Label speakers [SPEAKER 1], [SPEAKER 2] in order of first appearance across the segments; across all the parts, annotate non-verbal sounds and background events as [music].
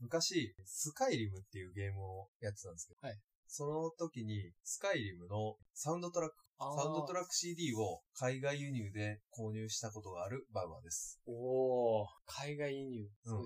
[SPEAKER 1] 昔、スカイリムっていうゲームをやってたんですけど、
[SPEAKER 2] はい
[SPEAKER 1] その時に、スカイリムのサウンドトラック、サウンドトラック CD を海外輸入で購入したことがあるバウアーです。
[SPEAKER 2] おー、海外輸入。すごい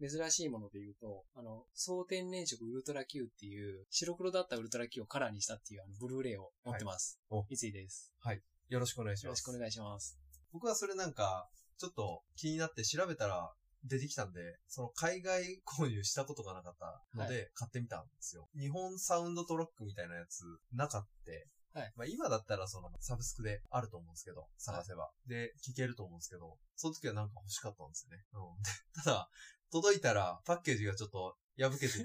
[SPEAKER 2] です。
[SPEAKER 1] そ
[SPEAKER 2] 珍しいもので言うと、あの、総天然色ウルトラ Q っていう、白黒だったウルトラ Q をカラーにしたっていう、あの、ブルーレイを持ってます。
[SPEAKER 1] はいお
[SPEAKER 2] 三井です。
[SPEAKER 1] う。よろしくお願いしま
[SPEAKER 2] よろし
[SPEAKER 1] す。
[SPEAKER 2] くお願いします。
[SPEAKER 1] 僕はそれなんか、ちょっと気になって調べたら出てきたんで、その海外購入したことがなかったので、買ってみたんですよ。日本サウンドトラックみたいなやつなかって、
[SPEAKER 2] はい
[SPEAKER 1] まあ今だったらそのサブスクであると思うんですけど、探せば。で、聞けると思うんですけど、その時はなんか欲しかったんですよね。うん、でただ、届いたらパッケージがちょっと破け
[SPEAKER 2] [laughs]
[SPEAKER 1] てて、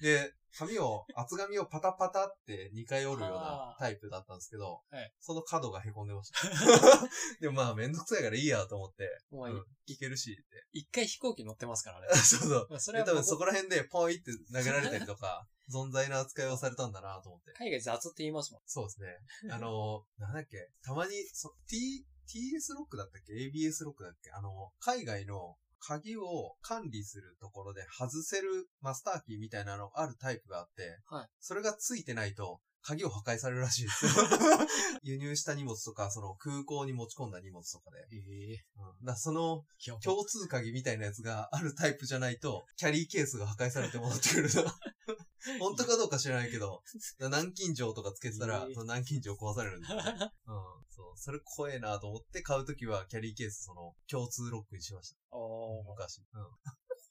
[SPEAKER 1] で、紙を、厚紙をパタパタって2回折るようなタイプだったんですけど、
[SPEAKER 2] はい
[SPEAKER 1] その角が凹んでました。
[SPEAKER 2] [laughs]
[SPEAKER 1] でもまあめんどくさいからいいやと思って、
[SPEAKER 2] も
[SPEAKER 1] う、
[SPEAKER 2] うん
[SPEAKER 1] 聞けるしって。 [laughs]
[SPEAKER 2] 一回飛行機乗ってますからね。
[SPEAKER 1] そうそう。
[SPEAKER 2] まあそ
[SPEAKER 1] で、
[SPEAKER 2] れは
[SPEAKER 1] 多分
[SPEAKER 2] 僕
[SPEAKER 1] そこら辺でポイって投げられたりとか、存在な扱いをされたんだなと思って。
[SPEAKER 2] 海外雑って言いますもん。
[SPEAKER 1] そうですね。
[SPEAKER 2] [laughs]
[SPEAKER 1] あの、なんだっけ、たまに、そ T、TS ロックだったっけ ?ABS ロックだっけあの、海外の鍵を管理するところで外せるマスターキーみたいなのあるタイプがあって、
[SPEAKER 2] はい
[SPEAKER 1] それがついてないと、鍵を破壊されるらしい
[SPEAKER 2] [laughs]
[SPEAKER 1] ですよ。輸入した荷物とか、その空港に持ち込んだ荷物とかで。
[SPEAKER 2] ええ
[SPEAKER 1] うん、だその
[SPEAKER 2] ー。やば
[SPEAKER 1] 共通鍵みたいなやつがあるタイプじゃないと、キャリーケースが破壊されて戻ってくる
[SPEAKER 2] [laughs]
[SPEAKER 1] な。本当かどうか知らないけど、南京錠とかつけてたら、
[SPEAKER 2] ええ
[SPEAKER 1] その南京錠壊されるんだよね。うん。そう。それ怖えなと思って買うときは、キャリーケース、その、共通ロックにしました。
[SPEAKER 2] [laughs] おー、
[SPEAKER 1] 昔。う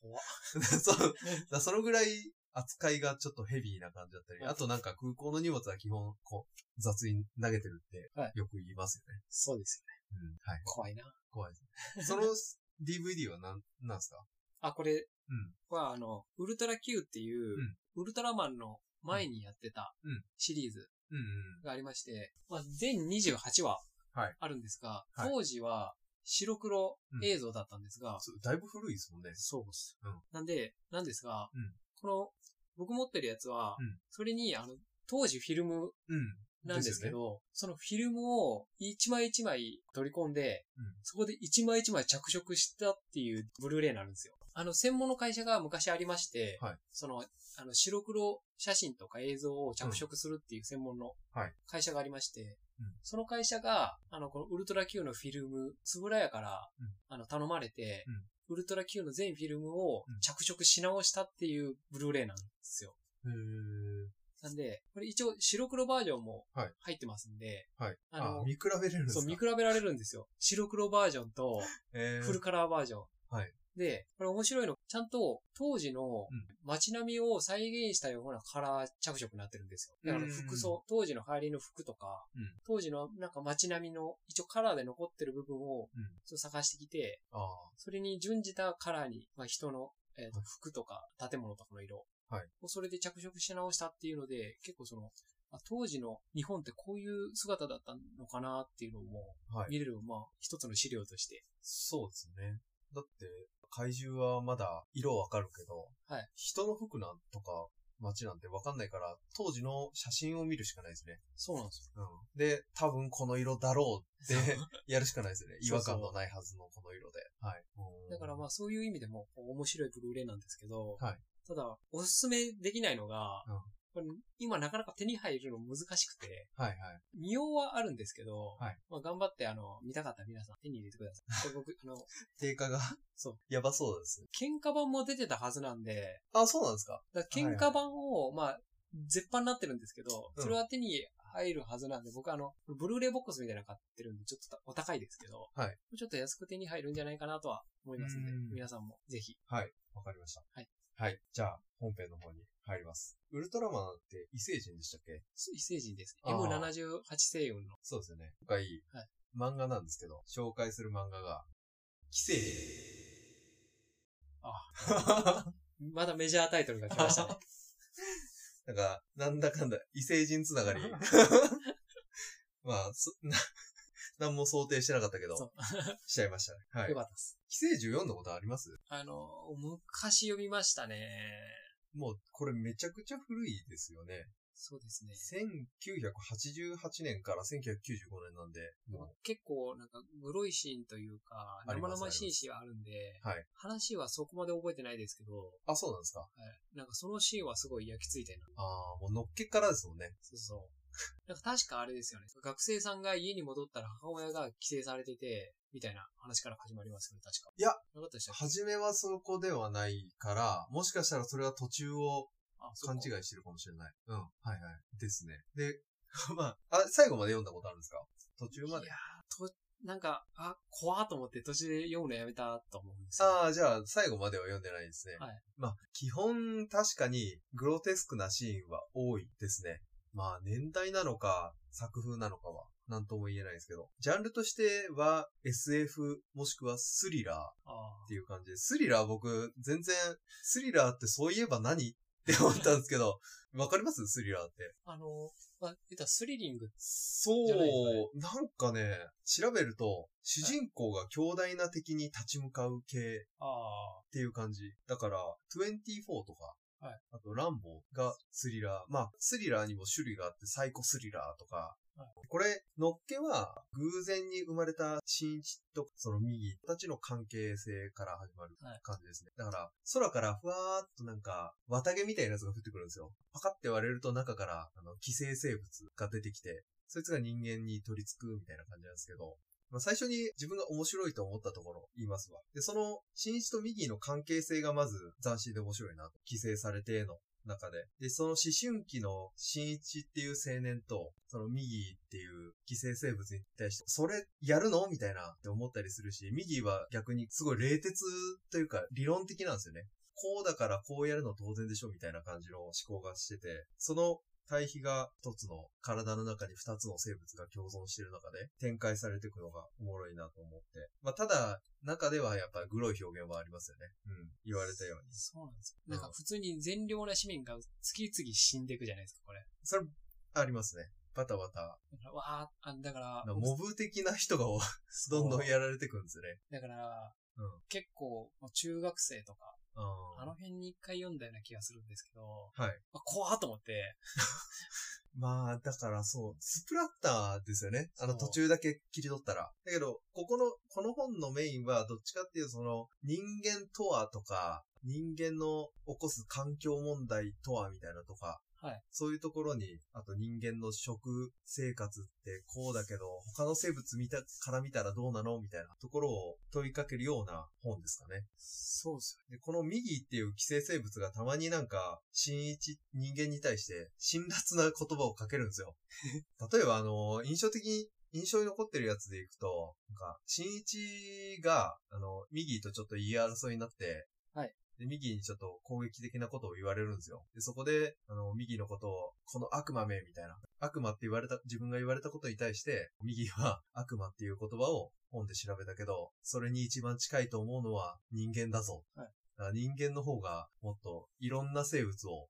[SPEAKER 2] 怖っ
[SPEAKER 1] ん。 [laughs]
[SPEAKER 2] [laughs]
[SPEAKER 1] そう。だそのぐらい、扱いがちょっとヘビーな感じだったり、
[SPEAKER 2] はい
[SPEAKER 1] あとなんか空港の荷物は基本、こう、雑に投げてるって
[SPEAKER 2] は、
[SPEAKER 1] よく言いますよね。
[SPEAKER 2] そうですよね。
[SPEAKER 1] うん。はい。
[SPEAKER 2] 怖いな。
[SPEAKER 1] 怖い
[SPEAKER 2] [laughs]
[SPEAKER 1] ですね。その DVD はなん、なんですか
[SPEAKER 2] あ、これ
[SPEAKER 1] うん。
[SPEAKER 2] は、あの、ウルトラ Q っていう、ウルトラマンの前にやってた
[SPEAKER 1] うん
[SPEAKER 2] シリーズ
[SPEAKER 1] うんうん。
[SPEAKER 2] がありまして、まあ、全28話
[SPEAKER 1] はい
[SPEAKER 2] あるんですが、
[SPEAKER 1] はい
[SPEAKER 2] 当時は白黒映像だったんですが、
[SPEAKER 1] そうだいぶ古いですもんね。
[SPEAKER 2] そうです、
[SPEAKER 1] うん
[SPEAKER 2] なんで、なんですが、
[SPEAKER 1] うん
[SPEAKER 2] この僕持ってるやつは、
[SPEAKER 1] うん
[SPEAKER 2] それにあの当時フィルム
[SPEAKER 1] うん。
[SPEAKER 2] なんですけ
[SPEAKER 1] よね。
[SPEAKER 2] ど、そのフィルムを一枚一枚取り込んで、
[SPEAKER 1] うん
[SPEAKER 2] そこで一枚一枚着色したっていうブルーレイになるんですよ。あの、専門の会社が昔ありまして、
[SPEAKER 1] はい
[SPEAKER 2] その、あの、白黒写真とか映像を着色するっていう専門の
[SPEAKER 1] はい
[SPEAKER 2] 会社がありまして、
[SPEAKER 1] うん
[SPEAKER 2] その会社が、あの、このウルトラ Q のフィルム、つぶらやから、
[SPEAKER 1] うん
[SPEAKER 2] あの、頼まれて、
[SPEAKER 1] うん
[SPEAKER 2] ウルトラ Q の全フィルムを
[SPEAKER 1] うん
[SPEAKER 2] 着色し直したっていうブルーレイなんですよ。
[SPEAKER 1] へー
[SPEAKER 2] なんで、これ一応白黒バージョンも
[SPEAKER 1] はい
[SPEAKER 2] 入ってますんで、
[SPEAKER 1] はい。
[SPEAKER 2] あの
[SPEAKER 1] あ、見比べれるんです
[SPEAKER 2] そ
[SPEAKER 1] か
[SPEAKER 2] う、見比べられるんですよ。白黒バージョンと
[SPEAKER 1] えー
[SPEAKER 2] フルカラーバージョン。
[SPEAKER 1] はい
[SPEAKER 2] で、これ面白いの、ちゃんと当時の
[SPEAKER 1] うん
[SPEAKER 2] 街並みを再現したようなカラー着色になってるんですよ。だから服装、当時の流行りの服とか、
[SPEAKER 1] うん
[SPEAKER 2] 当時のなんか街並みの一応カラーで残ってる部分
[SPEAKER 1] う
[SPEAKER 2] を
[SPEAKER 1] ん
[SPEAKER 2] ちょっと探してきて、
[SPEAKER 1] あ
[SPEAKER 2] それに準じたカラーに、まあ、人の、えーと服とか建物とかの色
[SPEAKER 1] はい
[SPEAKER 2] をそれで着色し直したっていうので、結構その、あ当時の日本ってこういう姿だったのかなっていうのも
[SPEAKER 1] ーはい。
[SPEAKER 2] 見れる、まあ一つの資料として。
[SPEAKER 1] そうですね。だって、怪獣はまだ色わかるけど、
[SPEAKER 2] はい
[SPEAKER 1] 人の服なんとか街なんてわかんないから、当時の写真を見るしかないですね。
[SPEAKER 2] そうなんです
[SPEAKER 1] うん。で、多分この色だろうってやるしかないで
[SPEAKER 2] [laughs]
[SPEAKER 1] すね。違
[SPEAKER 2] そう
[SPEAKER 1] 和
[SPEAKER 2] そう
[SPEAKER 1] 感のないはずのこの色で。はい。
[SPEAKER 2] よ。 [laughs] だからま
[SPEAKER 1] あ、
[SPEAKER 2] あそういう意味でもこう面白いブルーレイなんですけど、
[SPEAKER 1] はい
[SPEAKER 2] ただおすすめできないのが、
[SPEAKER 1] うん
[SPEAKER 2] これ今なかなか手に入るの難しくて、
[SPEAKER 1] はいはい。
[SPEAKER 2] 見ようはあるんですけど、
[SPEAKER 1] はい
[SPEAKER 2] まあ頑張ってあの、見たかったら皆さん手に入れてください。 [laughs] これ僕、あの、
[SPEAKER 1] 定価が
[SPEAKER 2] そう、
[SPEAKER 1] やばそうですね。
[SPEAKER 2] 喧嘩版も出てたはずなんで、
[SPEAKER 1] あ、そうなんですか
[SPEAKER 2] だから喧嘩版を、まあ、絶版になってるんですけど、
[SPEAKER 1] うん
[SPEAKER 2] それは手に入るはずなんで、僕あの、ブルーレイボックスみたいなの買ってるんで、ちょっとお高いですけど、
[SPEAKER 1] はい
[SPEAKER 2] もうちょっと安く手に入るんじゃないかなとは思いますんで、
[SPEAKER 1] うん
[SPEAKER 2] 皆さんもぜひ。
[SPEAKER 1] はい。わかりました。
[SPEAKER 2] はい。
[SPEAKER 1] はい。じゃあ、本編の方に入ります。ウルトラマンって異星人でしたっけ
[SPEAKER 2] 異星人ですね。
[SPEAKER 1] あー
[SPEAKER 2] M78 星雲の。
[SPEAKER 1] そうですよね。今回、
[SPEAKER 2] はい
[SPEAKER 1] 漫画なんですけど、紹介する漫画が、寄生。あ。
[SPEAKER 2] まだメジャータイトルが来ましたね。
[SPEAKER 1] なんか、なんだかんだ、異星人つなが
[SPEAKER 2] [laughs]
[SPEAKER 1] り。まあ、そ、な、何も想定してなかったけど
[SPEAKER 2] そう、
[SPEAKER 1] しちゃいましたね。 [laughs] はい
[SPEAKER 2] よ。かったです。
[SPEAKER 1] 寄生獣読んだことあります
[SPEAKER 2] あの、昔読みましたね。
[SPEAKER 1] もう、これめちゃくちゃ古いですよね。
[SPEAKER 2] そうですね。
[SPEAKER 1] 1988年から1995年なんで、も
[SPEAKER 2] 結構なんかグロいシーンというか、
[SPEAKER 1] あり
[SPEAKER 2] 生
[SPEAKER 1] ます
[SPEAKER 2] 々しいシーンがあるんで、
[SPEAKER 1] うはい。
[SPEAKER 2] 話はそこまで覚えてないですけど、は
[SPEAKER 1] あ、そうなんですか。
[SPEAKER 2] い、なんかそのシーンはすごい焼き付いたよな。
[SPEAKER 1] ああ、もうのっけからですもんね。
[SPEAKER 2] そう
[SPEAKER 1] [laughs]
[SPEAKER 2] そう。なんか確かあれですよね。学生さんが家に戻ったら母親が帰省されてて、みたいな話から始まりますよね、確か。
[SPEAKER 1] いや
[SPEAKER 2] なかったでしたっけ
[SPEAKER 1] 初めはそこではないから、もしかしたらそれは途中を
[SPEAKER 2] あ、そう
[SPEAKER 1] 勘
[SPEAKER 2] か
[SPEAKER 1] 違いしてるかもしれない。うん。はいはい。ですね。で、 [laughs] まあ、あ、最後まで読んだことあるんですか途中まで
[SPEAKER 2] いや。ーと、なんか、あ、怖っと思って途中で読むのやめたと思うんですよ。
[SPEAKER 1] ああ、じゃあ、最後までは読んでないですね。
[SPEAKER 2] はい
[SPEAKER 1] まあ、基本、確かに、グロテスクなシーンは多いですね。まあ、年代なのか、作風なのかは、なんとも言えないですけど。ジャンルとしては、SF、もしくはスリラー
[SPEAKER 2] ああ
[SPEAKER 1] っていう感じで、スリラー僕、全然、スリラーってそういえば何って思ったんですけど、わかりますスリラーって。
[SPEAKER 2] あの、まあ、言ったらスリリング。
[SPEAKER 1] そう
[SPEAKER 2] じゃないですか
[SPEAKER 1] な
[SPEAKER 2] ね
[SPEAKER 1] んかね、調べると、主人公が強大な敵に立ち向かう系
[SPEAKER 2] ああ。
[SPEAKER 1] っていう感じ。だから、24とか、
[SPEAKER 2] はい
[SPEAKER 1] あと、ランボーがスリラー。まあ、スリラーにも種類があって、サイコスリラーとか。
[SPEAKER 2] はい
[SPEAKER 1] これ、のっけは、偶然に生まれた新一とその右たちの関係性から始まる
[SPEAKER 2] はい
[SPEAKER 1] 感じですね。だから、空からふわーっとなんか、綿毛みたいなやつが降ってくるんですよ。パカって割れると中から、あの、寄生生物が出てきて、そいつが人間に取り付くみたいな感じなんですけど、まあ、最初に自分が面白いと思ったところ言いますわ。で、その、新一とミギーの関係性がまず斬新で面白いなと。規制されての中で。で、その思春期の新一っていう青年と、そのミギーっていう寄生生物に対して、それやるのみたいなって思ったりするし、ミギーは逆にすごい冷徹というか理論的なんですよね。こうだからこうやるの当然でしょみたいな感じの思考がしてて、その対比が一つの体の中に二つの生物が共存している中で展開されていくのがおもろいなと思って。まあただ、中ではやっぱグロい表現はありますよね。うん。言われたように。
[SPEAKER 2] そうなんですよ。
[SPEAKER 1] うん
[SPEAKER 2] なんか普通に善良な市民が次々死んでいくじゃないですか、これ。
[SPEAKER 1] それ、ありますね。バタバタ。
[SPEAKER 2] だから、わあ、あだから、
[SPEAKER 1] モブ的な人がどんどんやられていくんですね。
[SPEAKER 2] だから、
[SPEAKER 1] うん。
[SPEAKER 2] 結構、もう中学生とか、
[SPEAKER 1] あ
[SPEAKER 2] あの辺に一回読んだような気がするんですけど、
[SPEAKER 1] ーはい。
[SPEAKER 2] あ怖っと思って、
[SPEAKER 1] まあ、だからそう、スプラッターですよね。あの
[SPEAKER 2] そう
[SPEAKER 1] 途中だけ切り取ったら。だけど、ここの、この本のメインはどっちかっていうとその、人間とはとか、人間の起こす環境問題とはみたいなとか、
[SPEAKER 2] はい
[SPEAKER 1] そういうところに、あと人間の食生活ってこうだけど、他の生物見たから見たらどうなのみたいなところを問いかけるような本ですかね。
[SPEAKER 2] そうです
[SPEAKER 1] で、このミギーっていう寄生生物がたまになんか、新一、人間に対して、辛辣な言葉をかけるんです
[SPEAKER 2] [laughs]
[SPEAKER 1] よ。例えば、あの、印象的に、印象に残ってるやつでいくと、なんか、新一が、あの、ミギーとちょっと言い争いになって、
[SPEAKER 2] はい。
[SPEAKER 1] で、ミギーにちょっと攻撃的なことを言われるんですよ。で、そこで、あの、ミギーのことを、この悪魔め、みたいな。悪魔って言われた、自分が言われたことに対して、右は悪魔っていう言葉を本で調べたけど、それに一番近いと思うのは人間だぞ。
[SPEAKER 2] はい
[SPEAKER 1] だから人間の方がもっといろんな生物を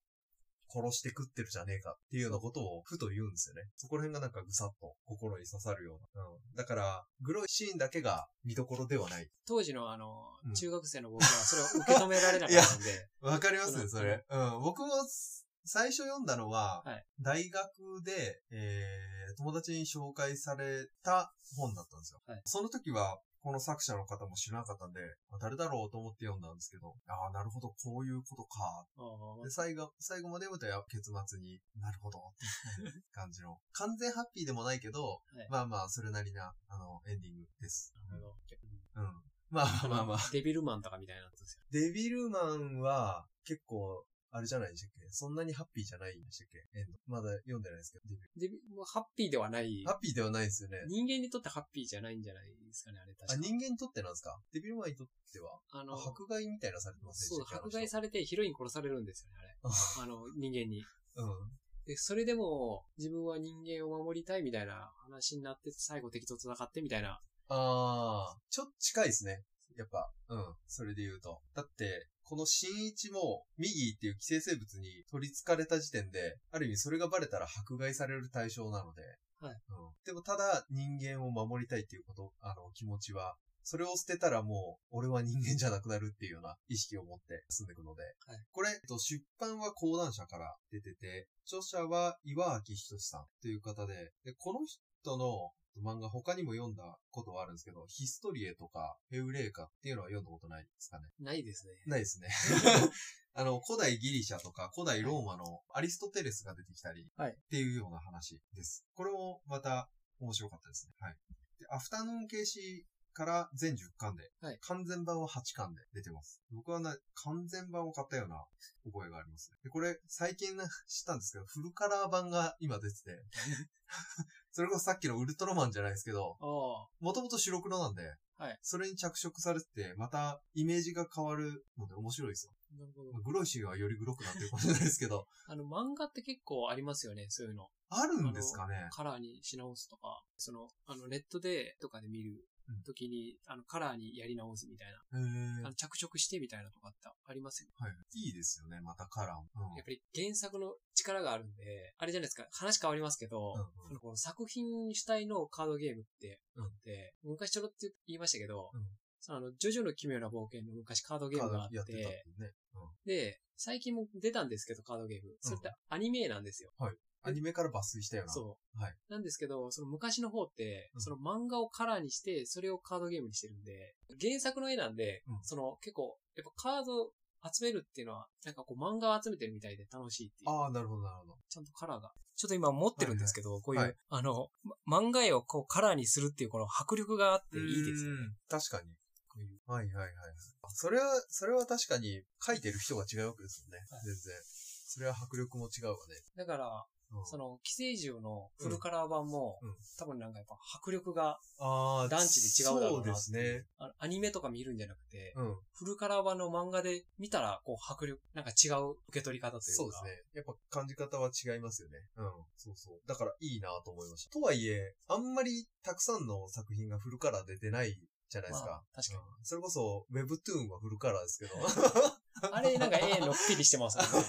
[SPEAKER 1] 殺して食ってるじゃねえかっていうようなことをふと言うんですよね。そこら辺がなんかぐさっと心に刺さるような。うん。だから、グロいシーンだけが見どころではない。
[SPEAKER 2] 当時のあの
[SPEAKER 1] うん、
[SPEAKER 2] 中学生の僕はそれを受け止められなかったんで、
[SPEAKER 1] [laughs] わかります
[SPEAKER 2] そうなん
[SPEAKER 1] ね、
[SPEAKER 2] です
[SPEAKER 1] それ。うん。僕もす最初読んだのは、
[SPEAKER 2] はい
[SPEAKER 1] 大学で、えー、友達に紹介された本だったんですよ。
[SPEAKER 2] はい
[SPEAKER 1] その時は、この作者の方も知らなかったんで、あ誰だろうと思って読んだんですけど、ああ、なるほど、こういうことか。
[SPEAKER 2] あー
[SPEAKER 1] で、最後、最後まで読むとや結末になるほど、っていう [laughs] 感じの。完全ハッピーでもないけど、
[SPEAKER 2] はい
[SPEAKER 1] まあまあ、それなりな、あの、エンディングです。
[SPEAKER 2] なるほど
[SPEAKER 1] うん。まあまあまあ。
[SPEAKER 2] デビルマンとかみたいなやつですよ。
[SPEAKER 1] デビルマンは結構、あれじゃないでしたっけそんなにハッピーじゃないんでしたっけエンド。まだ読んでないですけど、デビル
[SPEAKER 2] デビもうハッピーではない。
[SPEAKER 1] ハッピーではないですよね。
[SPEAKER 2] 人間にとってハッピーじゃないんじゃないですかね、あれ確
[SPEAKER 1] あ、
[SPEAKER 2] か
[SPEAKER 1] 人間にとってなんですかデビルマンにとっては
[SPEAKER 2] あ
[SPEAKER 1] あ
[SPEAKER 2] の、
[SPEAKER 1] 迫害みたいなされてません
[SPEAKER 2] そ
[SPEAKER 1] でし
[SPEAKER 2] う、
[SPEAKER 1] たっけ
[SPEAKER 2] 迫害されてヒロイン殺されるんですよね、あれ。あの、人間に。
[SPEAKER 1] あの人
[SPEAKER 2] で、それでも、自分は人間を守りたいみたいな話になって、最後敵と戦ってみたいな。
[SPEAKER 1] うん。あー、ちょっと近いですね。やっぱ、うん。それで言うと。だって、この新一も、ミギーっていう寄生生物に取り憑かれた時点で、ある意味それがバレたら迫害される対象なので、
[SPEAKER 2] はい
[SPEAKER 1] うん、でもただ人間を守りたいっていうこと、あの気持ちはそれを捨てたらもう、俺は人間じゃなくなるっていうような意識を持って進んでいくので、
[SPEAKER 2] はい
[SPEAKER 1] これ、えっと出版は講談社から出てて、著者は岩明仁さんという方で、でこの人の漫画他にも読んだことはあるんですけど、ヒストリエとかヘウレーカっていうのは読んだことないですかね。
[SPEAKER 2] ないですね。
[SPEAKER 1] ないですね。 [laughs] あの、古代ギリシャとか古代ローマのアリストテレスが出てきたり、
[SPEAKER 2] はい
[SPEAKER 1] っていうような話です。これもまた面白かったですね。はい。で、アフタヌーン形式から全10巻で、
[SPEAKER 2] はい
[SPEAKER 1] 完全版は8巻で出てます。僕はな、完全版を買ったような覚えがありますね。で、これ最近な知ったんですけど、フルカラー版が今
[SPEAKER 2] [laughs]
[SPEAKER 1] 出てて、それこそさっきのウルトラマンじゃないですけど、
[SPEAKER 2] ああ、
[SPEAKER 1] もともと白黒なんで、
[SPEAKER 2] はい
[SPEAKER 1] それに着色されてて、またイメージが変わるので面白いですよ。
[SPEAKER 2] なるほど
[SPEAKER 1] まあ。グロいシーンはよりグロくなってるかもしれないですけ
[SPEAKER 2] [laughs]
[SPEAKER 1] ど、
[SPEAKER 2] あの、漫画って結構ありますよね、そういうの。
[SPEAKER 1] あるんですかね
[SPEAKER 2] カラーにし直すとか、その、あの、ネットで、とかで見る
[SPEAKER 1] うん
[SPEAKER 2] ときに、あの、カラーにやり直すみたい
[SPEAKER 1] へー
[SPEAKER 2] な、あの着色してみたいなとかってありますよね。
[SPEAKER 1] はい。いいですよね、またカラーも。うん
[SPEAKER 2] やっぱり原作の力があるんで、あれじゃないですか、話変わりますけど、
[SPEAKER 1] うんうん
[SPEAKER 2] そのこの作品主体のカードゲームって
[SPEAKER 1] うん
[SPEAKER 2] あって、昔ちょろって言いましたけど、
[SPEAKER 1] うん
[SPEAKER 2] そのあの、ジョジョの奇妙な冒険の昔カードゲームが
[SPEAKER 1] カ
[SPEAKER 2] あ
[SPEAKER 1] ードや
[SPEAKER 2] っ
[SPEAKER 1] ってたって
[SPEAKER 2] て、
[SPEAKER 1] いうね。うん
[SPEAKER 2] で、最近も出たんですけど、カードゲーム。それってアニメなんですよ。
[SPEAKER 1] アニメから抜粋したような。
[SPEAKER 2] そう。
[SPEAKER 1] はい
[SPEAKER 2] なんですけど、その昔の方って、
[SPEAKER 1] うん
[SPEAKER 2] その漫画をカラーにして、それをカードゲームにしてるんで、原作の絵なんで、
[SPEAKER 1] うん
[SPEAKER 2] その結構、やっぱカード集めるっていうのは、なんかこう漫画を集めてるみたいで楽しいっていう。
[SPEAKER 1] ああ、なるほど、なるほど。
[SPEAKER 2] ちゃんとカラーが。ちょっと今持ってるんですけど、こういう、
[SPEAKER 1] はい
[SPEAKER 2] あの、ま漫画絵をこうカラーにするっていうこの迫力があっていいですよね。
[SPEAKER 1] うん確かに。
[SPEAKER 2] こういう。
[SPEAKER 1] はいはいはい。あそれは、それは確かに書いてる人が違うわけですよね。
[SPEAKER 2] はい
[SPEAKER 1] 全然。それは迫力も違うわね。
[SPEAKER 2] だから、
[SPEAKER 1] うん
[SPEAKER 2] その、寄生獣のフルカラー版も、
[SPEAKER 1] うんうん
[SPEAKER 2] 多分なんかやっぱ迫力が、
[SPEAKER 1] ああ、
[SPEAKER 2] 団地で違うだろうなってい
[SPEAKER 1] そう
[SPEAKER 2] う
[SPEAKER 1] ですね。
[SPEAKER 2] あのアニメとか見るんじゃなくて、
[SPEAKER 1] うん。
[SPEAKER 2] フルカラー版の漫画で見たら、こう、迫力、なんか違う受け取り方というか。
[SPEAKER 1] そうですね。やっぱ感じ方は違いますよね。うん。そうそう。だからいいなと思いました。とはいえ、あんまりたくさんの作品がフルカラー出てないじゃないですか。
[SPEAKER 2] まあ確かに
[SPEAKER 1] うんそれこそ、Webtoon はフルカラーですけど。
[SPEAKER 2] [laughs] あれ、なんか絵のっぴりしてますもん
[SPEAKER 1] [laughs]
[SPEAKER 2] ね。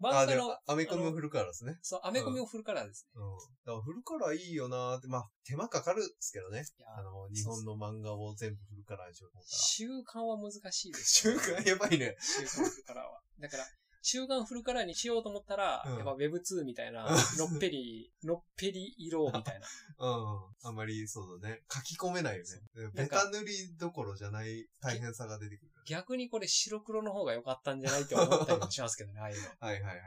[SPEAKER 2] な
[SPEAKER 1] あ、
[SPEAKER 2] んか色が漫画
[SPEAKER 1] で
[SPEAKER 2] の
[SPEAKER 1] も、、アメコミ
[SPEAKER 2] あ
[SPEAKER 1] も
[SPEAKER 2] の
[SPEAKER 1] フルカラーですね。
[SPEAKER 2] そう、アメコミをフルカラーですね。
[SPEAKER 1] うん。だからフルカラーいいよなーって、まあ、手間かかるんですけどね。
[SPEAKER 2] いや
[SPEAKER 1] あの、日本の漫画を全部フルカラーにしようと思ったら。
[SPEAKER 2] 習慣は難しいです、
[SPEAKER 1] 週間やばいね。
[SPEAKER 2] 習慣フルカラーは。だから、習慣フルカラーにしようと思ったら、
[SPEAKER 1] うん
[SPEAKER 2] やっぱ Web2 みたいな、
[SPEAKER 1] うん
[SPEAKER 2] のっぺり、のっぺり色みたいな。
[SPEAKER 1] うん。あんまり、そうだね。書き込めないよ
[SPEAKER 2] そ
[SPEAKER 1] ね。
[SPEAKER 2] な
[SPEAKER 1] ベ
[SPEAKER 2] んか
[SPEAKER 1] タ塗りどころじゃない大変さが出てくる。
[SPEAKER 2] 逆にこれ白黒の方が良かったんじゃないって思ったりもしますけどね、あ
[SPEAKER 1] [laughs]
[SPEAKER 2] あいうの。
[SPEAKER 1] はいはいはい。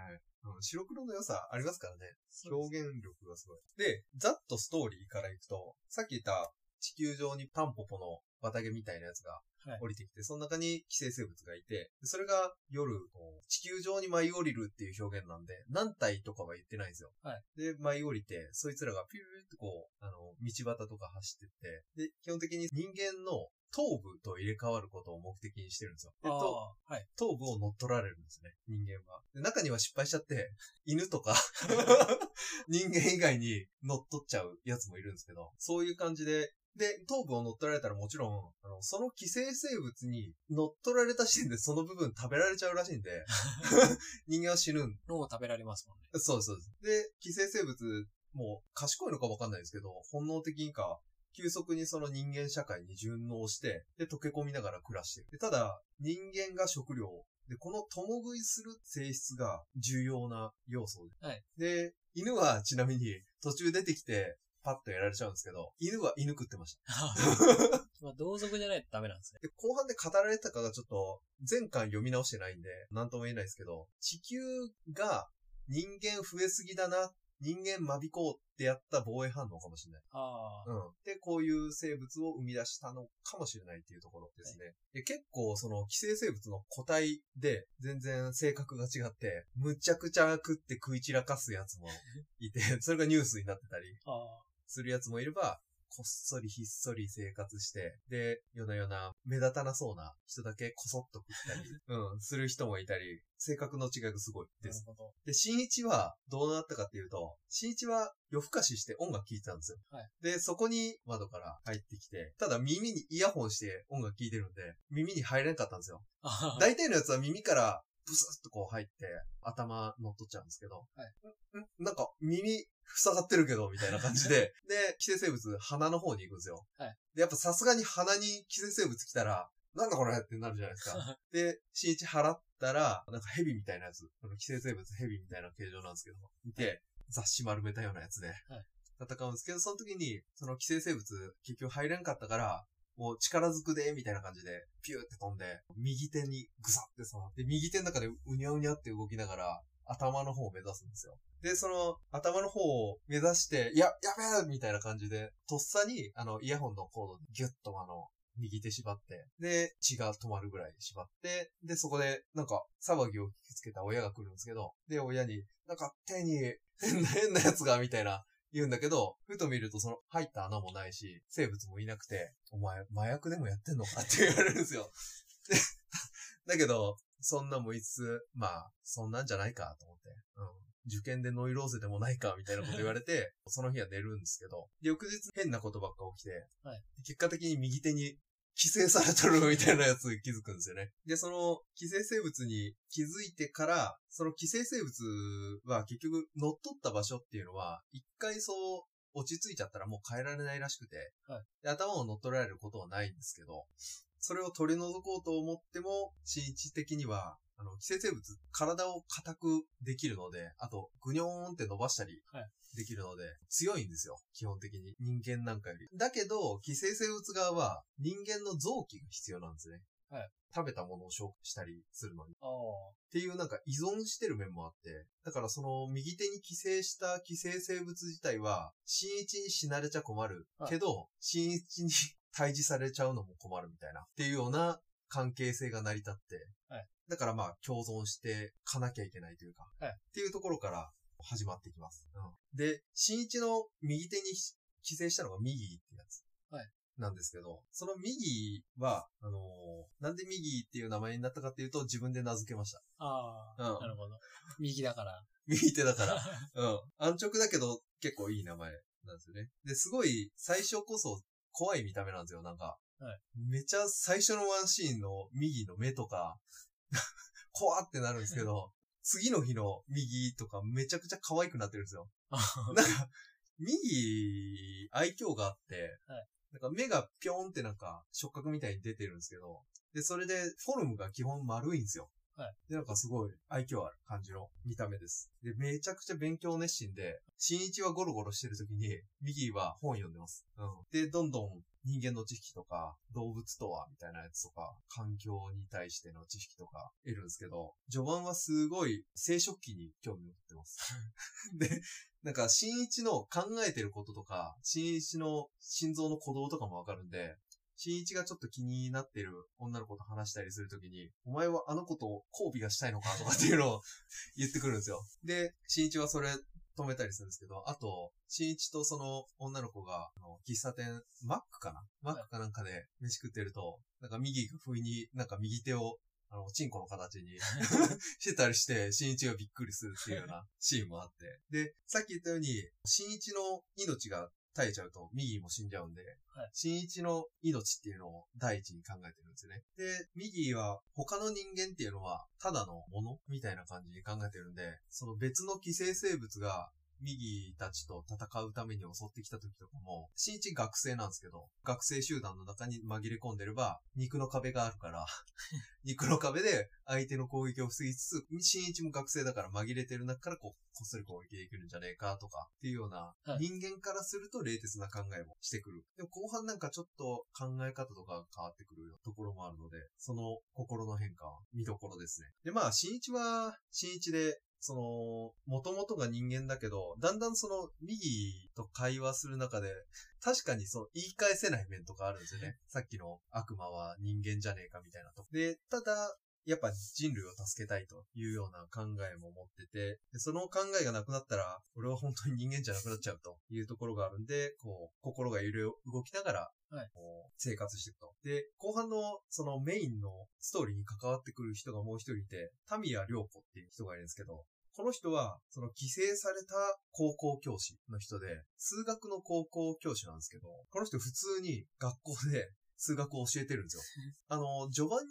[SPEAKER 1] うん、白黒の良さありますからね。
[SPEAKER 2] そう
[SPEAKER 1] 表現力がすごい。で、ざっとストーリーからいくと、さっき言った地球上にタンポポの綿毛みたいなやつが
[SPEAKER 2] はい
[SPEAKER 1] 降りてきて、その中に寄生生物がいて、でそれが夜、こう地球上に舞い降りるっていう表現なんで、何体とかは言ってないんですよ。
[SPEAKER 2] はい
[SPEAKER 1] で、舞い降りて、そいつらがピューってこう、あの、道端とか走ってって、で、基本的に人間の頭部と入れ替わることを目的にしてるんですよ。で
[SPEAKER 2] あ
[SPEAKER 1] 頭
[SPEAKER 2] あ、はい。
[SPEAKER 1] 頭部を乗っ取られるんですね、人間は。で中には失敗しちゃって、 [laughs] 犬とか、人間以外に乗っ取っちゃうやつもいるんですけど、そういう感じで、で、頭部を乗っ取られたらもちろん、あの、その寄生生物に乗っ取られた時点でその部分食べられちゃうらしいんで、人間は死ぬん
[SPEAKER 2] 脳を食べられますもんね。
[SPEAKER 1] [laughs] そうですそうです。で、寄生生物、もう賢いのかわかんないですけど、本能的にか、急速にその人間社会に順応して、で、溶け込みながら暮らしてる。でただ、人間が食料、で、この共食いする性質が重要な要素で。
[SPEAKER 2] はい
[SPEAKER 1] で、犬はちなみに途中出てきて、パッとやられちゃうんですけど、犬は犬食ってました。
[SPEAKER 2] まあ、同族じゃないとダメなんですね。
[SPEAKER 1] で、後半で語られたかがちょっと、前回読み直してないんで、なんとも言えないですけど、地球が人間増えすぎだな、人間間引こうってやった防衛反応かもしれない。
[SPEAKER 2] ああ、
[SPEAKER 1] うん。で、こういう生物を生み出したのかもしれないっていうところですね。で結構、その、寄生生物の個体で、全然性格が違って、むちゃくちゃ食って食い散らかすやつもいて、それがニュースになってたり、
[SPEAKER 2] ああ、
[SPEAKER 1] するやつもいれば、こっそりひっそり生活して、で、夜な夜な目立たなそうな人だけこそっと食
[SPEAKER 2] [laughs]
[SPEAKER 1] ったり、うん、する人もいたり、性格の違いがすごい
[SPEAKER 2] な
[SPEAKER 1] で
[SPEAKER 2] る
[SPEAKER 1] す。
[SPEAKER 2] ほど。
[SPEAKER 1] で、新一はどうなったかっていうと、新一は夜更かしして音楽聴いてたんですよ。
[SPEAKER 2] はい
[SPEAKER 1] で、そこに窓から入ってきて、ただ耳
[SPEAKER 2] [laughs]
[SPEAKER 1] にイヤホンして音楽聴いてるんで、耳に入れなかったんですよ。
[SPEAKER 2] ああ
[SPEAKER 1] 大体のやつは耳からブスッとこう入って、頭乗っ取っちゃうんですけど、
[SPEAKER 2] はい
[SPEAKER 1] んんなんか耳塞がってるけど、みたいな感じで、で、寄生生物、鼻の方に行くんですよ。
[SPEAKER 2] はい
[SPEAKER 1] で、やっぱさすがに鼻に寄生生物来たら、なんだこれってなるじゃない
[SPEAKER 2] [laughs]
[SPEAKER 1] ですか。で、新一払ったら、なんか蛇みたいなやつ、あの寄生生物蛇みたいな形状なんですけど、見て、雑誌丸めたようなやつで、戦うんですけど、その時に、その寄生生物、結局入れんかったから、もう力ずくで、みたいな感じで、ピューって飛んで、右手にぐさって触って、右手の中でうにゃうにゃって動きながら、頭の方を目指すんですよ。で、その、頭の方を目指して、や、やべえみたいな感じで、とっさに、あの、イヤホンのコードにギュッとあの、右手縛って、で、血が止まるぐらい縛って、で、そこで、なんか、騒ぎを聞きつけた親が来るんですけど、で、親に、なんか手に、変な、変なやつが、みたいな、言うんだけど、ふと見るとその入った穴もないし、生物もいなくて、お前、麻薬でもやってんのかって言われるんですよ。でだけど、そんなんもいつつ、まあ、そんなんじゃないかと思って、うん。受験でノイローゼでもないかみたいなこと言われて、 [laughs] その日は寝るんですけど、で翌日変なことばっか起きて、
[SPEAKER 2] はい
[SPEAKER 1] 結果的に右手に寄生されとるみたいなやつ気づくんですよね。で、その寄生生物に気づいてから、その寄生生物は結局乗っ取った場所っていうのは、一回そう落ち着いちゃったらもう変えられないらしくて、
[SPEAKER 2] はい
[SPEAKER 1] で頭を乗っ取られることはないんですけど、それを取り除こうと思っても、新一的には、あの、寄生生物、体を硬くできるので、あと、ぐにょーんって伸ばしたり
[SPEAKER 2] はい、
[SPEAKER 1] できるので、強いんですよ。基本的に。人間なんかより。だけど、寄生生物側は、人間の臓器が必要なんですね。
[SPEAKER 2] はい
[SPEAKER 1] 食べたものを消化したりするのに。
[SPEAKER 2] ああ。
[SPEAKER 1] っていうなんか依存してる面もあって、だからその右手に寄生した寄生生物自体は、新一に死なれちゃ困る。
[SPEAKER 2] はい
[SPEAKER 1] けど、新一に退治されちゃうのも困るみたいな。っていうような関係性が成り立って。
[SPEAKER 2] はい
[SPEAKER 1] だからまあ共存してかなきゃいけないというか。
[SPEAKER 2] はい
[SPEAKER 1] っていうところから始まってきます。うん、で、新一の右手に寄生したのが右ってやつ。
[SPEAKER 2] はい
[SPEAKER 1] なんですけど、その右は、あのーなんで右っていう名前になったかっていうと自分で名付けました。
[SPEAKER 2] ああ、
[SPEAKER 1] うん
[SPEAKER 2] なるほど。右だから。
[SPEAKER 1] [laughs] 右手だ
[SPEAKER 2] [laughs]
[SPEAKER 1] から。うん。安直だけど、結構いい名前なんですよね。で、すごい、最初こそ怖い見た目なんですよ、なんか。
[SPEAKER 2] は
[SPEAKER 1] めちゃ最初のワンシーンの右の目とか、 [laughs] 怖ってなるんですけ
[SPEAKER 2] [laughs]
[SPEAKER 1] ど、次の日の右とかめちゃくちゃ可愛くなってるんですよ。なんか、右、愛嬌があって、
[SPEAKER 2] はい
[SPEAKER 1] なんか目がぴょんってなんか触覚みたいに出てるんですけど、で、それでフォルムが基本丸いんですよ。
[SPEAKER 2] はい
[SPEAKER 1] で、なんかすごい愛嬌ある感じの見た目です。で、めちゃくちゃ勉強熱心で、新一はゴロゴロしてる時に、右は本読んでます。うん。で、どんどん人間の知識とか、動物とはみたいなやつとか、環境に対しての知識とか得るんですけど、序盤はすごい生殖器に興味を持ってます。 [laughs] で、なんか、新一の考えてることとか、新一の心臓の鼓動とかもわかるんで、新一がちょっと気になってる女の子と話したりするときに、お前はあの子と交尾がしたいのかとかっていうのを [laughs] 言ってくるんですよ。で、新一はそれ止めたりするんですけど、あと、新一とその女の子が、あの喫茶店、マックかなマックかなんかで飯食ってると、なんか右が不意になんか右手を、あの、チンコの形に [laughs] してたりして、新一がびっくりするっていうようなシーンもあって。で、さっき言ったように、新一の命が耐えちゃうと、ミギーも死んじゃうんで、
[SPEAKER 2] はい
[SPEAKER 1] 新一の命っていうのを第一に考えてるんですよね。で、ミギーは他の人間っていうのは、ただのものみたいな感じに考えてるんで、その別の寄生生物がミギーたちと戦うために襲ってきた時とかも、新一学生なんですけど、学生集団の中に紛れ込んでれば、肉の壁があるから、肉の壁で相手の攻撃を防ぎつつ、新一も学生だから紛れてる中からこう、こっそり攻撃できるんじゃねえかとか、っていうような、
[SPEAKER 2] はい
[SPEAKER 1] 人間からすると冷徹な考えもしてくる。でも後半なんかちょっと考え方とかが変わってくるところもあるので、その心の変化は見どころですね。で、まあ、新一は、新一で、その、元々が人間だけど、だんだんその、右と会話する中で、確かにその、言い返せない面とかあるんですよね。さっきの悪魔は人間じゃねえかみたいなとこ。で、ただ、やっぱ人類を助けたいというような考えも持ってて、でその考えがなくなったら、俺は本当に人間じゃなくなっちゃうというところがあるんで、こう、心が揺れ動きながらこう生活していくと。で、後半のそのメインのストーリーに関わってくる人がもう一人いて、タミヤ良子っていう人がいるんですけど、この人は、その規制された高校教師の人で、数学の高校教師なんですけど、この人普通に学校で数学を教えてるんですよ。あの、序盤、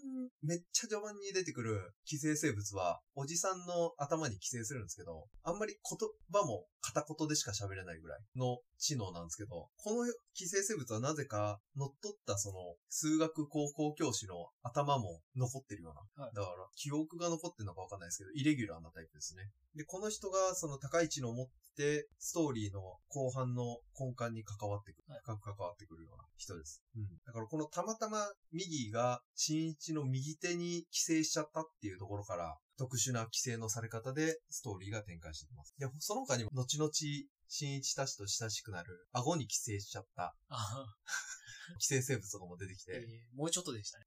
[SPEAKER 1] めっちゃ序盤に出てくる寄生生物は、おじさんの頭に寄生するんですけど、あんまり言葉も片言でしか喋れないぐらいの知能なんですけど、この寄生生物はなぜか、乗っ取ったその、数学高校教師の頭も残ってるような。
[SPEAKER 2] はい
[SPEAKER 1] だから、記憶が残ってるのかわかんないですけど、イレギュラーなタイプですね。で、この人がその高い知能を持って、ストーリーの後半の根幹に関わってくる
[SPEAKER 2] はい、
[SPEAKER 1] 深く関わってくるような人です。うん。だからこのたまたま右が新一の右手に寄生しちゃったっていうところから、特殊な寄生のされ方でストーリーが展開していきます。で、その他にも後々、新一たちと親しくなる、顎に寄生しちゃった、
[SPEAKER 2] あ
[SPEAKER 1] 寄生生物とかも出てき
[SPEAKER 2] ー
[SPEAKER 1] て、
[SPEAKER 2] えーもうちょっとでしたね。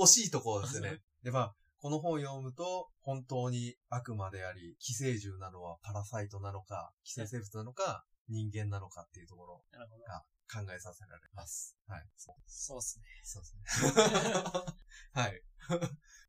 [SPEAKER 1] 惜しいところですね。 [laughs] で、まあ、この本を読むと、本当に悪魔であり、寄生獣なのはパラサイトなのか、寄生生物なのか、人間なのかっていうところ
[SPEAKER 2] なるほど。
[SPEAKER 1] 考えさせられます。 [laughs] はい。そう
[SPEAKER 2] そうですね。
[SPEAKER 1] そうですね。はい。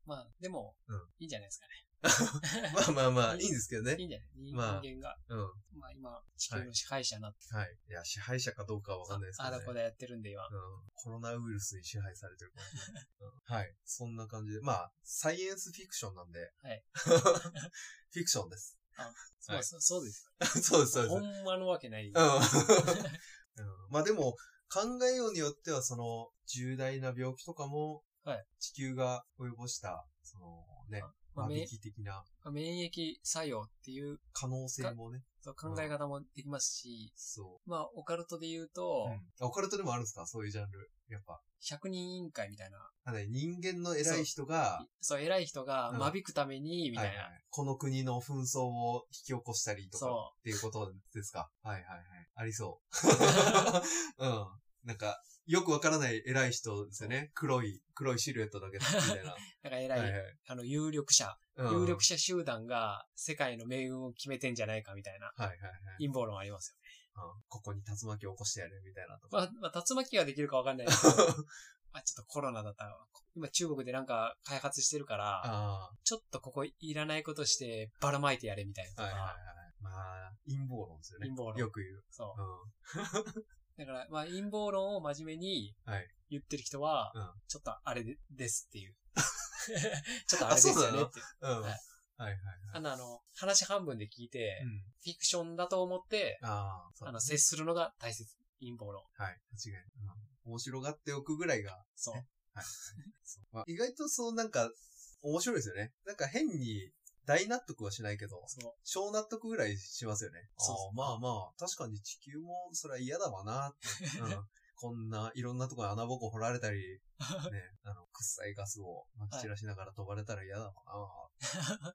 [SPEAKER 2] まあ、でも、
[SPEAKER 1] うん
[SPEAKER 2] いいんじゃないですかね。
[SPEAKER 1] [laughs] まあまあまあ、いいんですけどね
[SPEAKER 2] [laughs] いい。んじゃない人
[SPEAKER 1] まあ
[SPEAKER 2] 間が、
[SPEAKER 1] うん。は
[SPEAKER 2] まあ今、地球の支配者になって、
[SPEAKER 1] い。いや、支配者かどうかはわかんないですけ
[SPEAKER 2] あ
[SPEAKER 1] ど
[SPEAKER 2] あ
[SPEAKER 1] ね。
[SPEAKER 2] だこだやってるんで今。
[SPEAKER 1] うんコロナウイルスに支配されてるかもしれない、うんはい。そんな感じで。まあ、サイエンスフィクションなんで。 [laughs]
[SPEAKER 2] はい。
[SPEAKER 1] フィクションです。
[SPEAKER 2] そう
[SPEAKER 1] はい
[SPEAKER 2] そうそうです。
[SPEAKER 1] [laughs] そうです、そうです
[SPEAKER 2] ほ。んまのわけない。
[SPEAKER 1] うんうん [laughs] まあでも、考えようによっては、その、重大な病気とかも
[SPEAKER 2] はい、
[SPEAKER 1] 地球が及ぼした、そのね、
[SPEAKER 2] まあ
[SPEAKER 1] 間
[SPEAKER 2] 免
[SPEAKER 1] 引き的な
[SPEAKER 2] 免疫作用っていう
[SPEAKER 1] 可能性もね、
[SPEAKER 2] そう考え方もできますし、
[SPEAKER 1] そ
[SPEAKER 2] まあ、オカルトで言う
[SPEAKER 1] う
[SPEAKER 2] と、。
[SPEAKER 1] あオカルトでもあるんですかそういうジャンル。やっぱ。
[SPEAKER 2] 100人委員会みたいな、
[SPEAKER 1] あね、人間の偉い人が、
[SPEAKER 2] そう、偉い人が
[SPEAKER 1] うん
[SPEAKER 2] 間引くために、みたいな、
[SPEAKER 1] はいはいこの国の紛争を引き起こしたりとか
[SPEAKER 2] そ
[SPEAKER 1] っていうことですか。はいはいはい。ありそう。うん。 [laughs] なんか、よくわからない偉い人ですよね。黒い、黒いシルエットだけみたいな。
[SPEAKER 2] う、だから [laughs] 偉い、
[SPEAKER 1] はいはい
[SPEAKER 2] あの、有力者、
[SPEAKER 1] うん
[SPEAKER 2] 有力者集団が世界の命運を決めてんじゃないかみたいな
[SPEAKER 1] はいはいはい。
[SPEAKER 2] 陰謀論ありますよね。
[SPEAKER 1] うんここに竜巻を起こしてやるみたいなと
[SPEAKER 2] ま
[SPEAKER 1] か。
[SPEAKER 2] あ、まあ、竜巻ができるかわかんないですけど、まあ、ちょっとコロナだったら、今中国でなんか開発してるから、
[SPEAKER 1] [laughs] あ
[SPEAKER 2] ちょっとここいらないことしてばらまいてやれみたい
[SPEAKER 1] あ、
[SPEAKER 2] な
[SPEAKER 1] は
[SPEAKER 2] と
[SPEAKER 1] い
[SPEAKER 2] か、
[SPEAKER 1] はいはい。まあ、陰謀論ですよね。
[SPEAKER 2] 陰謀論
[SPEAKER 1] よく言う。
[SPEAKER 2] そうだから、まあ、陰謀論を真面目に
[SPEAKER 1] はい
[SPEAKER 2] 言ってる人は、
[SPEAKER 1] うん
[SPEAKER 2] ちょっとあれでですっ
[SPEAKER 1] [laughs]
[SPEAKER 2] ていう。ちょっとあれです
[SPEAKER 1] あそう
[SPEAKER 2] よ
[SPEAKER 1] な
[SPEAKER 2] ね
[SPEAKER 1] の
[SPEAKER 2] っていう。
[SPEAKER 1] うん。うん。
[SPEAKER 2] は
[SPEAKER 1] はいいはいはい。
[SPEAKER 2] あの、あの話半分で聞いて、
[SPEAKER 1] うん。
[SPEAKER 2] フィクションだと思って、
[SPEAKER 1] ああ、そうは
[SPEAKER 2] あ
[SPEAKER 1] い。
[SPEAKER 2] の、接するのが大切。陰謀論。
[SPEAKER 1] 間違いない。うん面白がっておくぐらいが、
[SPEAKER 2] そう。
[SPEAKER 1] まあ意外とそうなんか、面白いですよね。なんか変に大納得はしないけど、
[SPEAKER 2] そう。
[SPEAKER 1] 小納得ぐらいしますよね。
[SPEAKER 2] そうそう
[SPEAKER 1] ああまあまあ、確かに地球もそれは嫌だわなって、 [laughs] うんこんないろんなとこに穴ぼこ掘られたり、 [laughs] ね、あの、臭いガスをまき散らしながら飛ばれたら嫌だわな、うん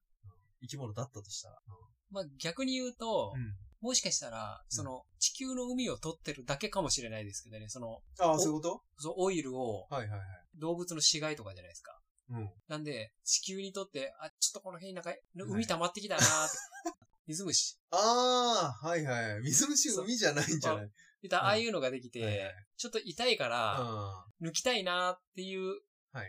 [SPEAKER 1] 生き物だったとしたら。
[SPEAKER 2] [laughs] まあ、逆に言うと、
[SPEAKER 1] うん
[SPEAKER 2] もしかしたら、その、地球の海を取ってるだけかもしれないですけどね、その、
[SPEAKER 1] あ
[SPEAKER 2] お
[SPEAKER 1] あ、そういうこ
[SPEAKER 2] そのオイルを
[SPEAKER 1] とはいはいはい。
[SPEAKER 2] 動物の死骸とかじゃないですか。
[SPEAKER 1] うん。
[SPEAKER 2] なんで、地球にとって、あ、ちょっとこの辺なんか、
[SPEAKER 1] い
[SPEAKER 2] 海溜まってきたなー
[SPEAKER 1] [laughs]
[SPEAKER 2] って。水虫。
[SPEAKER 1] ああ、はいはい。水虫海じゃないんじゃないうん。
[SPEAKER 2] いったら
[SPEAKER 1] うん
[SPEAKER 2] ああいうのができて、
[SPEAKER 1] はいはい
[SPEAKER 2] ちょっと痛いから、
[SPEAKER 1] は
[SPEAKER 2] 抜きたいなーっていう、
[SPEAKER 1] い。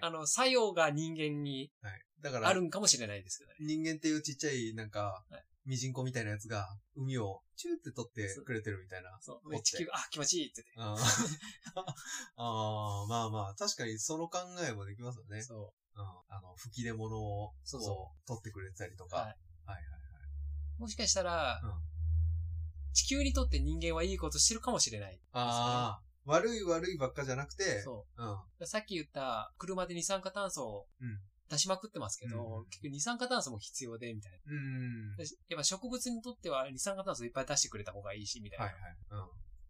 [SPEAKER 2] あの、作用が人間に
[SPEAKER 1] はい。だか
[SPEAKER 2] あ
[SPEAKER 1] ら
[SPEAKER 2] る、んかもしれないですけどね。
[SPEAKER 1] 人間っていうちっちゃい、なんか
[SPEAKER 2] はい、
[SPEAKER 1] ミジンコみたいなやつが、海をチューって取ってくれてるみたいな。
[SPEAKER 2] そう。
[SPEAKER 1] 持って
[SPEAKER 2] 地球、あ、気持ちいいって
[SPEAKER 1] あ
[SPEAKER 2] [laughs]
[SPEAKER 1] ーあー、まあまあ、確かにその考えもできますよ
[SPEAKER 2] 言
[SPEAKER 1] ね
[SPEAKER 2] って。。そ
[SPEAKER 1] うん、あの、吹き出物を、
[SPEAKER 2] そうそ
[SPEAKER 1] こう取ってくれてたりと
[SPEAKER 2] う。
[SPEAKER 1] か。
[SPEAKER 2] はい。
[SPEAKER 1] はい
[SPEAKER 2] もしかしたら、
[SPEAKER 1] うん
[SPEAKER 2] 地球にとって人間はいいことしてるかもしれない。
[SPEAKER 1] ああ、悪い悪いばっかじゃなくて、。
[SPEAKER 2] そう
[SPEAKER 1] ん。
[SPEAKER 2] う。さっき言った、車で二酸化炭素を
[SPEAKER 1] うん
[SPEAKER 2] 出しまくってますけど、
[SPEAKER 1] うん
[SPEAKER 2] 結局二酸化炭素も必要で、みたいな。
[SPEAKER 1] うん。
[SPEAKER 2] でやっぱ植物にとっては二酸化炭素いっぱい出してくれた方がいいし、みたいな。
[SPEAKER 1] はいはい。うん。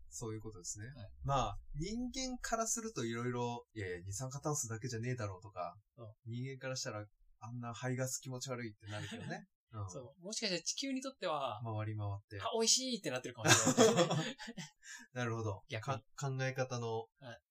[SPEAKER 1] そういうことですね。
[SPEAKER 2] はい
[SPEAKER 1] まあ、人間からするといろいろ、いやいや、二酸化炭素だけじゃねえだろうとか、
[SPEAKER 2] うん
[SPEAKER 1] 人間からしたら、あんな排ガス気持ち悪いってなるけどね。うん。
[SPEAKER 2] [laughs] そう。もしかしたら地球にとっては、
[SPEAKER 1] 回り回って。
[SPEAKER 2] あ、美味しいってなってるかもし
[SPEAKER 1] [laughs]
[SPEAKER 2] れない。
[SPEAKER 1] なるほど。
[SPEAKER 2] 逆に
[SPEAKER 1] か考え方の、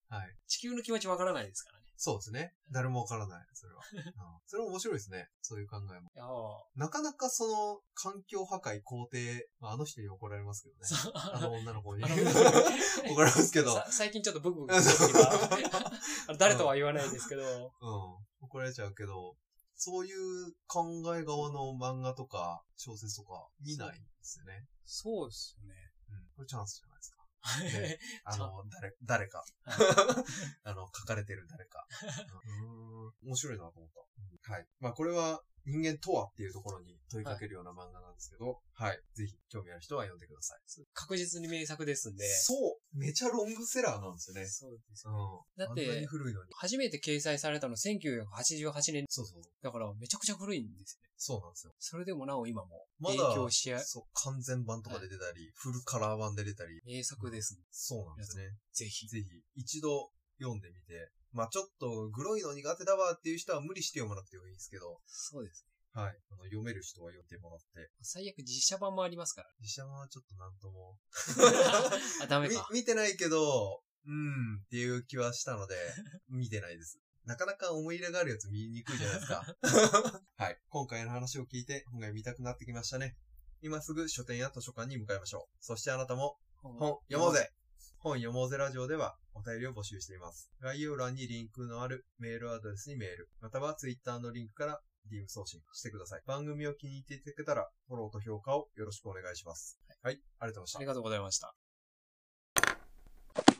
[SPEAKER 1] はい。
[SPEAKER 2] 地球の気持ちわからないですからね。
[SPEAKER 1] そうですね。誰もわからない、それ
[SPEAKER 2] [laughs]
[SPEAKER 1] は。うん、それ面白いですね。そういう考えも。
[SPEAKER 2] いやそ
[SPEAKER 1] なかなかその、環境破壊肯定、まあ、あの人に怒られますけどね。
[SPEAKER 2] う。
[SPEAKER 1] あの女の子に。
[SPEAKER 2] あの
[SPEAKER 1] [laughs] 怒られますけど。
[SPEAKER 2] さ最近ちょっとブクブクして
[SPEAKER 1] [laughs]
[SPEAKER 2] る時はあの誰とは言わないですけど、
[SPEAKER 1] うん。怒られちゃうけど、そういう考え側の漫画とか小説とか見ないですよね。
[SPEAKER 2] そうですよね。
[SPEAKER 1] うん。これチャンスじゃないですか。ねあの、誰、誰か。 [laughs] あの、書かれてる誰
[SPEAKER 2] [laughs]
[SPEAKER 1] か。うん面白いなと思った。はい。まあ、これは、人間とはっていうところに問いかけるような漫画なんですけど、はい。ぜひ、興味ある人は読んでください。
[SPEAKER 2] [laughs] 確実に名作ですんで。
[SPEAKER 1] そうめちゃロングセラーなんですよね。
[SPEAKER 2] そうです。
[SPEAKER 1] うん。
[SPEAKER 2] だって
[SPEAKER 1] あんなに古いのに。
[SPEAKER 2] 初めて掲載されたの1988年。
[SPEAKER 1] そうそう。
[SPEAKER 2] だからめちゃくちゃ古いんですよね。
[SPEAKER 1] そうなんですよ。
[SPEAKER 2] それでもなお今も
[SPEAKER 1] ま
[SPEAKER 2] 影
[SPEAKER 1] だ、
[SPEAKER 2] 響し合う
[SPEAKER 1] そう、完全版とかで出たり、フルカラー版で出たり、
[SPEAKER 2] 名作です。
[SPEAKER 1] そうなんですね。
[SPEAKER 2] ぜひ。
[SPEAKER 1] ぜひ、一度読んでみて、まあちょっと、グロいの苦手だわっていう人は無理して読まなくてもいいんですけど、
[SPEAKER 2] そうです。
[SPEAKER 1] はい。あの読める人は読んでもらって、
[SPEAKER 2] 最悪実写版もあります
[SPEAKER 1] [laughs]
[SPEAKER 2] から。
[SPEAKER 1] 実写版はちょっとなんとも、
[SPEAKER 2] あ、ダメ
[SPEAKER 1] み
[SPEAKER 2] か。
[SPEAKER 1] 見てないけど、うんっていう気はしたので、 [laughs] 見てないです。なかなか思い入れがあるやつ見にくいじゃない [laughs] ですか。はい。今回の話を聞いて、本が見たくなってきましたね。今すぐ書店や図書館に向かいましょう。そしてあなたも本読もうぜ本読もうぜラジオではお便りを募集しています。概要欄にリンクのあるメールアドレスにメール、またはツイッターのリンクから DM 送信してください。番組を気に入っていただけたら、フォローと評価をよろしくお願いします。はい、ありがとうございました
[SPEAKER 2] あり。がとうございました。